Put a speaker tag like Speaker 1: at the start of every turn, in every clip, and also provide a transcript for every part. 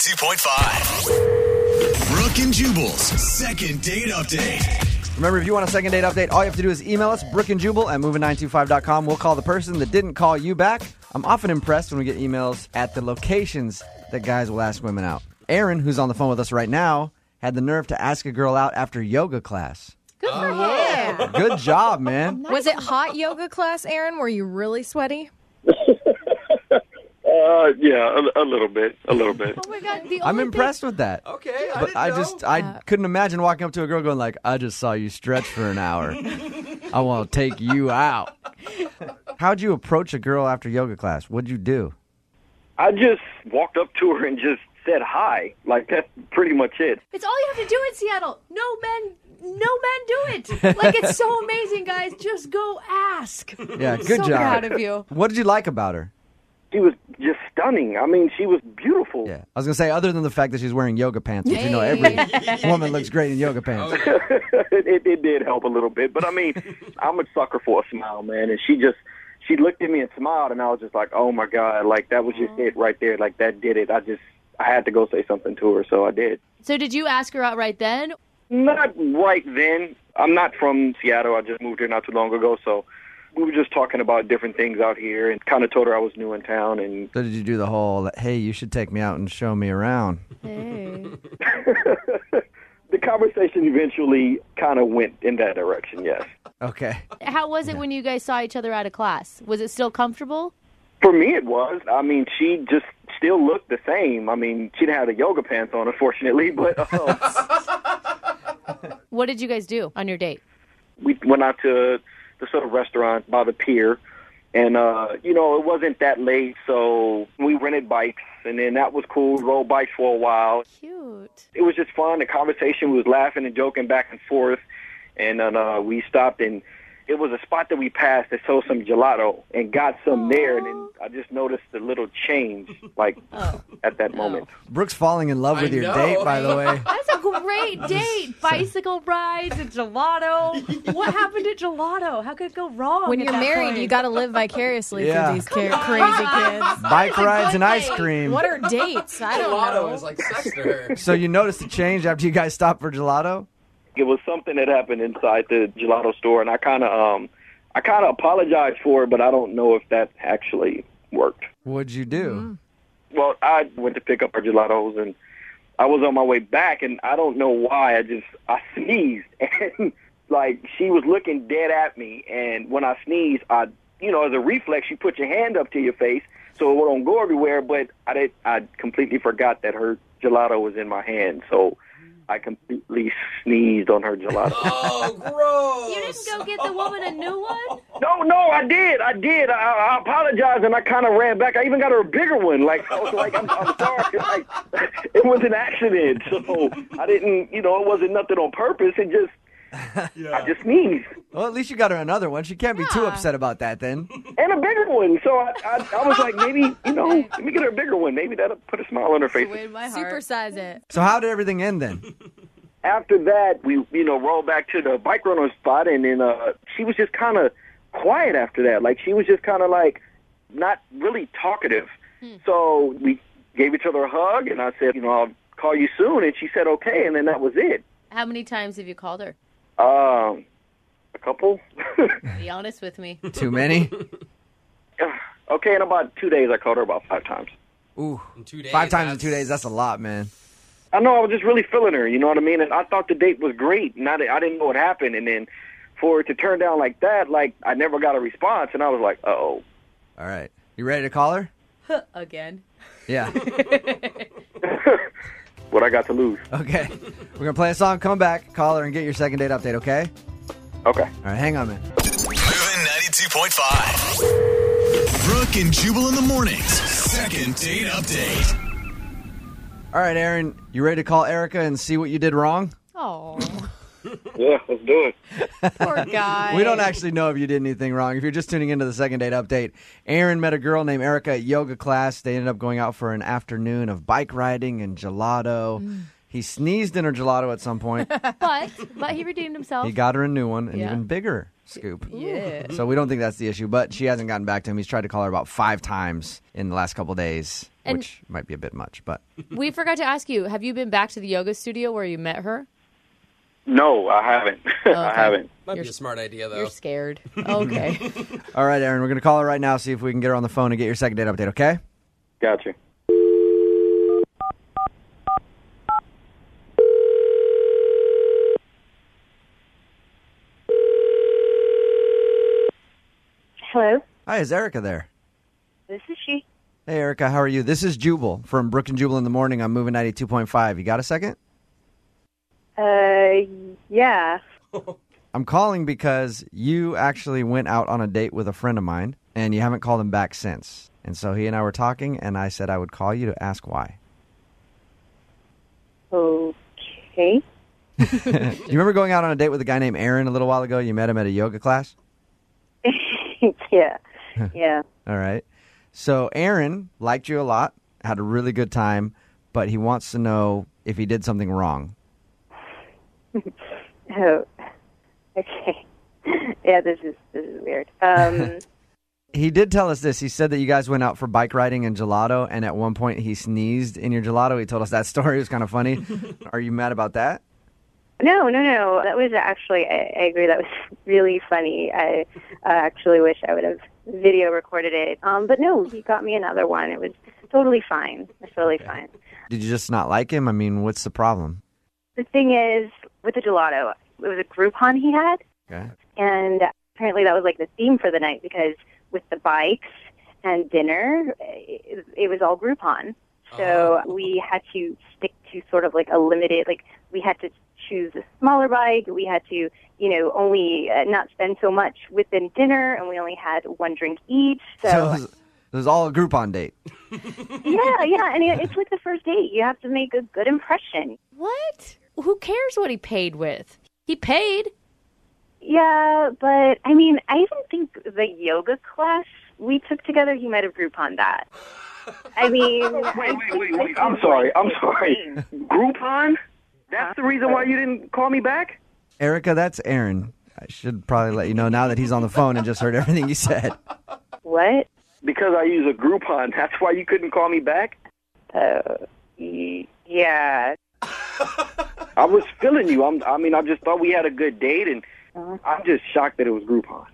Speaker 1: 92.5. Brooke and Jubal's second date update.
Speaker 2: Remember, if you want a second date update, all you have to do is email us, Brook and Jubal at moving925.com. We'll call the person that didn't call you back. I'm often impressed when we get emails at the locations that guys will ask women out. Aaron, who's on the phone with us right now, had the nerve to ask a girl out after yoga class.
Speaker 3: Good for him.
Speaker 2: Good job, man.
Speaker 3: Oh. Was it hot yoga class, Aaron? Were you really sweaty?
Speaker 4: Uh, yeah, a, a little bit, a little bit.
Speaker 3: Oh my god! The
Speaker 2: I'm impressed with that.
Speaker 5: Okay, I
Speaker 2: But
Speaker 5: didn't
Speaker 2: I
Speaker 5: know. Uh,
Speaker 2: just I couldn't imagine walking up to a girl going like, "I just saw you stretch for an hour. I want to take you out." How'd you approach a girl after yoga class? What'd you do?
Speaker 4: I just walked up to her and just said hi. Like that's pretty much it.
Speaker 3: It's all you have to do in Seattle. No men, no men do it. Like it's so amazing, guys. Just go ask.
Speaker 2: Yeah, good
Speaker 3: so
Speaker 2: job.
Speaker 3: proud of you.
Speaker 2: What did you like about her?
Speaker 4: She was just stunning. I mean, she was beautiful.
Speaker 2: Yeah, I was gonna say other than the fact that she's wearing yoga pants, which you know every woman looks great in yoga pants.
Speaker 4: it, it, it did help a little bit, but I mean, I'm a sucker for a smile, man. And she just she looked at me and smiled, and I was just like, oh my god, like that was just it
Speaker 6: Uh-huh.
Speaker 4: right there. Like that did it. I just I had to go say something to her, so I did.
Speaker 6: So did you ask her out right then?
Speaker 4: Not right then. I'm not from Seattle. I just moved here not too long ago, so we were just talking about different things out here, and kind of told her I was new in town, and
Speaker 2: So did you do the whole "Hey, you should take me out and show me around"?
Speaker 3: Hey.
Speaker 4: the conversation eventually kind of went in that direction, yes.
Speaker 2: Okay,
Speaker 6: How was it when you guys saw each other out of class? Was it still comfortable?
Speaker 4: For me, it was. I mean, she just still looked the same. I mean, she didn't have the yoga pants on, unfortunately, but uh,
Speaker 6: What did you guys do on your date?
Speaker 4: we went out to this little restaurant by the pier. And, uh, you know, it wasn't that late, so we rented bikes, and then that was cool. We rode bikes for a while.
Speaker 6: Cute.
Speaker 4: it was just fun. The conversation we was laughing and joking back and forth, and then uh, we stopped and it was a spot that we passed that sold some gelato and got some there, and then I just noticed the little change like at that moment.
Speaker 2: Brooke's falling in love
Speaker 5: I
Speaker 2: with your
Speaker 5: know.
Speaker 2: date, by the way.
Speaker 3: That's a great date. Bicycle rides and gelato. What happened at gelato? How could it go wrong? When you're married, you got to live vicariously
Speaker 2: Yeah.
Speaker 3: through these ca- crazy kids.
Speaker 2: Bike rides and ice cream.
Speaker 3: What are dates? I don't
Speaker 5: Gelato
Speaker 3: know.
Speaker 5: is like sex to her.
Speaker 2: So you noticed the change after you guys stopped for gelato?
Speaker 4: It was something that happened inside the gelato store, and I kind of um, I kind of apologized for it, but I don't know if that actually worked.
Speaker 2: What'd you do?
Speaker 4: Well, I went to pick up our gelatos and I was on my way back and I don't know why I just I sneezed and like she was looking dead at me and when I sneezed I you know as a reflex you put your hand up to your face so it won't go everywhere but I did I completely forgot that her gelato was in my hand so I completely sneezed on her gelato.
Speaker 5: Oh, gross.
Speaker 6: You didn't go get the woman a new one?
Speaker 4: Oh, no, no, I did, I did. I, I apologized and I kind of ran back. I even got her a bigger one. Like I was like, I'm, I'm sorry. Like it was an accident, so I didn't. You know, it wasn't nothing on purpose. It just. I just sneezed.
Speaker 2: Well, at least you got her another one. She can't be too upset about that then.
Speaker 4: And a bigger one. So I, I, I was like, maybe, you know, let me get her a bigger one. Maybe that'll put a smile on her face.
Speaker 3: Supersize it.
Speaker 2: So how did everything end then?
Speaker 4: after that, we you know rolled back to the bike rental spot, and then uh, she was just kind of quiet after that. Like she was just kind of like not really talkative. So we gave each other a hug, and I said, you know, I'll call you soon, and she said okay, and then that was it.
Speaker 6: How many times have you called her?
Speaker 4: Um, a couple.
Speaker 6: Be honest with me.
Speaker 2: Too many?
Speaker 4: okay, in about two days, I called her about five times.
Speaker 2: Ooh.
Speaker 5: In two days,
Speaker 2: Five times in two days, that's a lot, man.
Speaker 4: I know I was just really feeling her, you know what I mean? And I thought the date was great. And I, di- I didn't know what happened. And then for it to turn down like that, like I never got a response. And I was like, uh oh.
Speaker 2: All right. You ready to call her?
Speaker 6: Again.
Speaker 2: Yeah.
Speaker 4: what I got to lose.
Speaker 2: Okay. We're going to play a song, come back, call her, and get your second date update, okay?
Speaker 4: Okay.
Speaker 2: All right, hang on, man.
Speaker 1: Moving 92.5. Brooke and Jubal in the mornings. Second date update.
Speaker 2: All right, Aaron, you ready to call Erica and see what you did wrong?
Speaker 3: Oh,
Speaker 4: Yeah, let's do it.
Speaker 3: poor guy.
Speaker 2: We don't actually know if you did anything wrong. If you're just tuning into the second date update, Aaron met a girl named
Speaker 6: Mm.
Speaker 2: Erica at yoga class. They ended up going out for an afternoon of bike riding and gelato. He sneezed in her gelato at some point.
Speaker 6: but but he redeemed himself.
Speaker 2: he got her a new one, an
Speaker 6: Yeah.
Speaker 2: even bigger scoop.
Speaker 6: Yeah.
Speaker 2: So we don't think that's the issue, but she hasn't gotten back to him. He's tried to call her about five times in the last couple days,
Speaker 6: And-
Speaker 2: which might be a bit much, but
Speaker 6: we forgot to ask you. Have you been back to the yoga studio where you met her?
Speaker 4: No, I haven't. I haven't.
Speaker 5: Might be a smart idea though.
Speaker 6: You're
Speaker 3: Oh.
Speaker 6: scared. Okay.
Speaker 2: All right, Aaron, we're going to call her right now, see if we can get her on the phone and get your second date update, okay?
Speaker 4: Gotcha.
Speaker 7: Hello,
Speaker 2: Hi, is Erica there?
Speaker 7: this is she.
Speaker 2: Hey, Erica, how are you? This is Jubal from Brook and Jubal in the Morning on Moving 92.5. You got a second?
Speaker 7: Uh, yeah.
Speaker 2: I'm calling because you actually went out on a date with a friend of mine and you haven't called him back since. And so he and I were talking, and I said I would call you to ask why.
Speaker 7: Okay.
Speaker 2: Do you remember going out on a date with a guy named Aaron a little while ago? You met him at a yoga class?
Speaker 7: yeah. Yeah.
Speaker 2: All right. So Aaron liked you a lot, had a really good time, but he wants to know if he did something wrong.
Speaker 7: Oh. Okay. yeah. This is this is weird. Um.
Speaker 2: He did tell us this. He said that you guys went out for bike riding and gelato, and at one point he sneezed in your gelato. He told us that story. It was kind of funny. Are you mad about that?
Speaker 7: no. No. No. That was actually. I, I agree. That was really funny. I uh, actually wish I would have video recorded it. Um. But no, he got me another one. It was totally fine. It was totally fine.
Speaker 2: Did you just not like him? I mean, what's the problem?
Speaker 7: The thing is, with the gelato, it was a Groupon he had.
Speaker 2: Okay.
Speaker 7: and apparently that was like the theme for the night because with the bikes and dinner, it, it was all Groupon. So we had to stick to sort of like a limited, like we had to choose a smaller bike. We had to, you know, only uh, not spend so much within dinner, and we only had one drink each.
Speaker 2: So
Speaker 7: So,
Speaker 2: it was, it was all a Groupon date.
Speaker 7: yeah, yeah, and it, it's like the first date. You have to make a good impression.
Speaker 6: What? Who cares what he paid with? He paid.
Speaker 7: Yeah, but I mean, I even think the yoga class we took together, he might have Groupon that. I mean,
Speaker 4: Wait, wait, wait, wait. I'm sorry. I'm sorry. Groupon? That's the reason why you didn't call me back?
Speaker 2: Erica, that's Aaron. I should probably let you know now that he's on the phone and just heard everything you said.
Speaker 7: what?
Speaker 4: Because I use a Groupon. That's why you couldn't call me back?
Speaker 7: Uh, y- yeah.
Speaker 4: I was feeling you. I'm, I mean, I just thought we had a good date, and I'm just shocked that it was Groupon.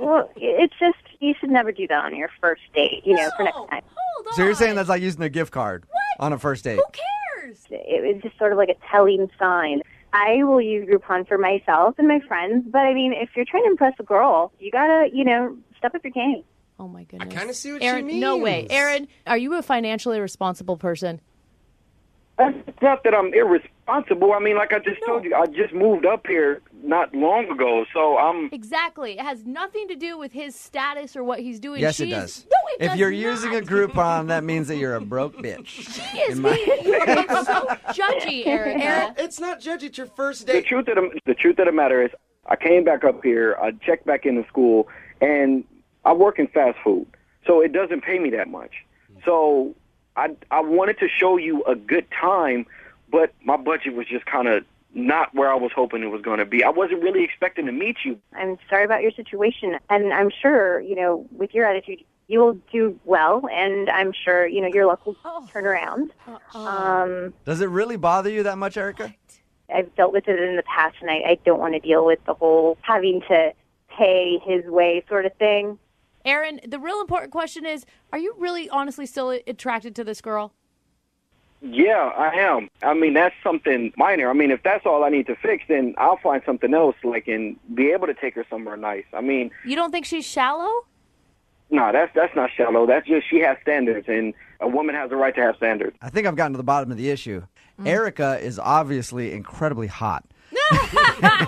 Speaker 7: Well, it's just you should never do that on your first date. You know, for next time,
Speaker 6: Oh, Hold on.
Speaker 2: So you're saying that's like using a gift card on a first date?
Speaker 6: Who cares?
Speaker 7: it was just sort of like a telling sign. I will use Groupon for myself and my friends, but I mean, if you're trying to impress a girl, you gotta, you know, step up your game.
Speaker 6: Oh my
Speaker 5: I
Speaker 6: goodness.
Speaker 5: kind of see what
Speaker 6: Aaron,
Speaker 5: she means.
Speaker 6: no way. Aaron, are you a financially responsible person?
Speaker 4: It's not that I'm irresponsible. I mean, like I just told you, I just moved up here not long ago, so I'm.
Speaker 6: Exactly. It has nothing to do with his status or what he's doing.
Speaker 2: Yes,
Speaker 6: She
Speaker 2: it
Speaker 6: is-
Speaker 2: does.
Speaker 6: No, it
Speaker 2: if
Speaker 6: does
Speaker 2: you're
Speaker 6: not.
Speaker 2: using a Groupon, that means that you're a broke bitch.
Speaker 6: She is being, you are being so judgy, Aaron.
Speaker 5: Aaron, it's not judge. It's your first
Speaker 4: The
Speaker 5: date.
Speaker 4: truth of the, the truth of the matter is, I came back up here. I checked back into school, and I work in fast food, so it doesn't pay me that much. So I I wanted to show you a good time, but my budget was just kind of not where I was hoping it was going to be. I wasn't really expecting to meet you.
Speaker 7: I'm sorry about your situation, and I'm sure you know with your attitude you will do well, and I'm sure you know your luck will turn around. Um,
Speaker 2: Does it really bother you that much, Erica?
Speaker 7: I've dealt with it in the past, and I, I don't want to deal with the whole having to pay his way sort of thing.
Speaker 6: Aaron, the real important question is are you really honestly still attracted to this girl?
Speaker 4: Yeah, I am. I mean, that's something minor. I mean, if that's all I need to fix, then I'll find something else, like, and be able to take her somewhere nice. I mean,
Speaker 6: You don't think she's shallow?
Speaker 4: no, that's that's not shallow. That's just she has standards, and a woman has the right to have standards.
Speaker 2: I think I've gotten to the bottom of the issue. Erica is obviously incredibly hot.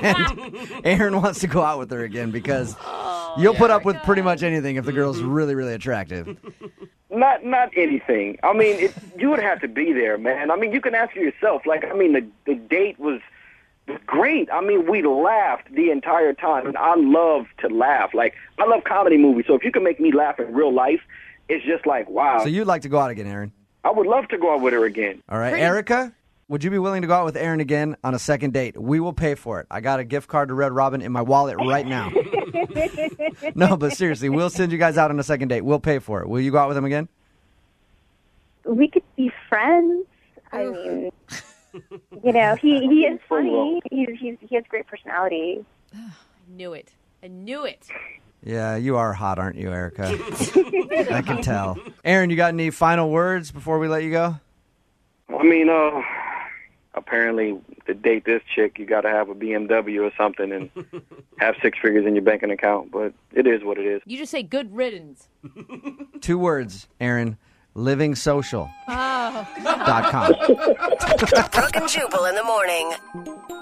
Speaker 2: and Aaron wants to go out with her again because you'll put up with pretty much anything if the girl's really, really attractive.
Speaker 4: Not not anything. I mean, it, you would have to be there, man. I mean, you can ask yourself. Like, I mean, the the date was was great. I mean, we laughed the entire time, and I love to laugh. Like, I love comedy movies. So if you can make me laugh in real life, it's just like wow.
Speaker 2: So you'd like to go out again, Aaron.
Speaker 4: I would love to go out with her again.
Speaker 2: All right, Erica, would you be willing to go out with Aaron again on a second date? We will pay for it. I got a gift card to Red Robin in my wallet right now. no, but seriously, we'll send you guys out on a second date. We'll pay for it. Will you go out with him again?
Speaker 7: we could be friends. I mean, you know, he, he is funny. He's, he's, he has great personality.
Speaker 6: I knew it. I knew it.
Speaker 2: Yeah, you are hot, aren't you, Erica? I can tell. Aaron, you got any final words before we let you go?
Speaker 4: I mean, uh, apparently to date this chick, you got to have a BMW or something and have six figures in your banking account. But it is what it is.
Speaker 6: You just say good riddance.
Speaker 2: Two words, Aaron. Livingsocial.com.
Speaker 8: Brooke and Jubal in the morning.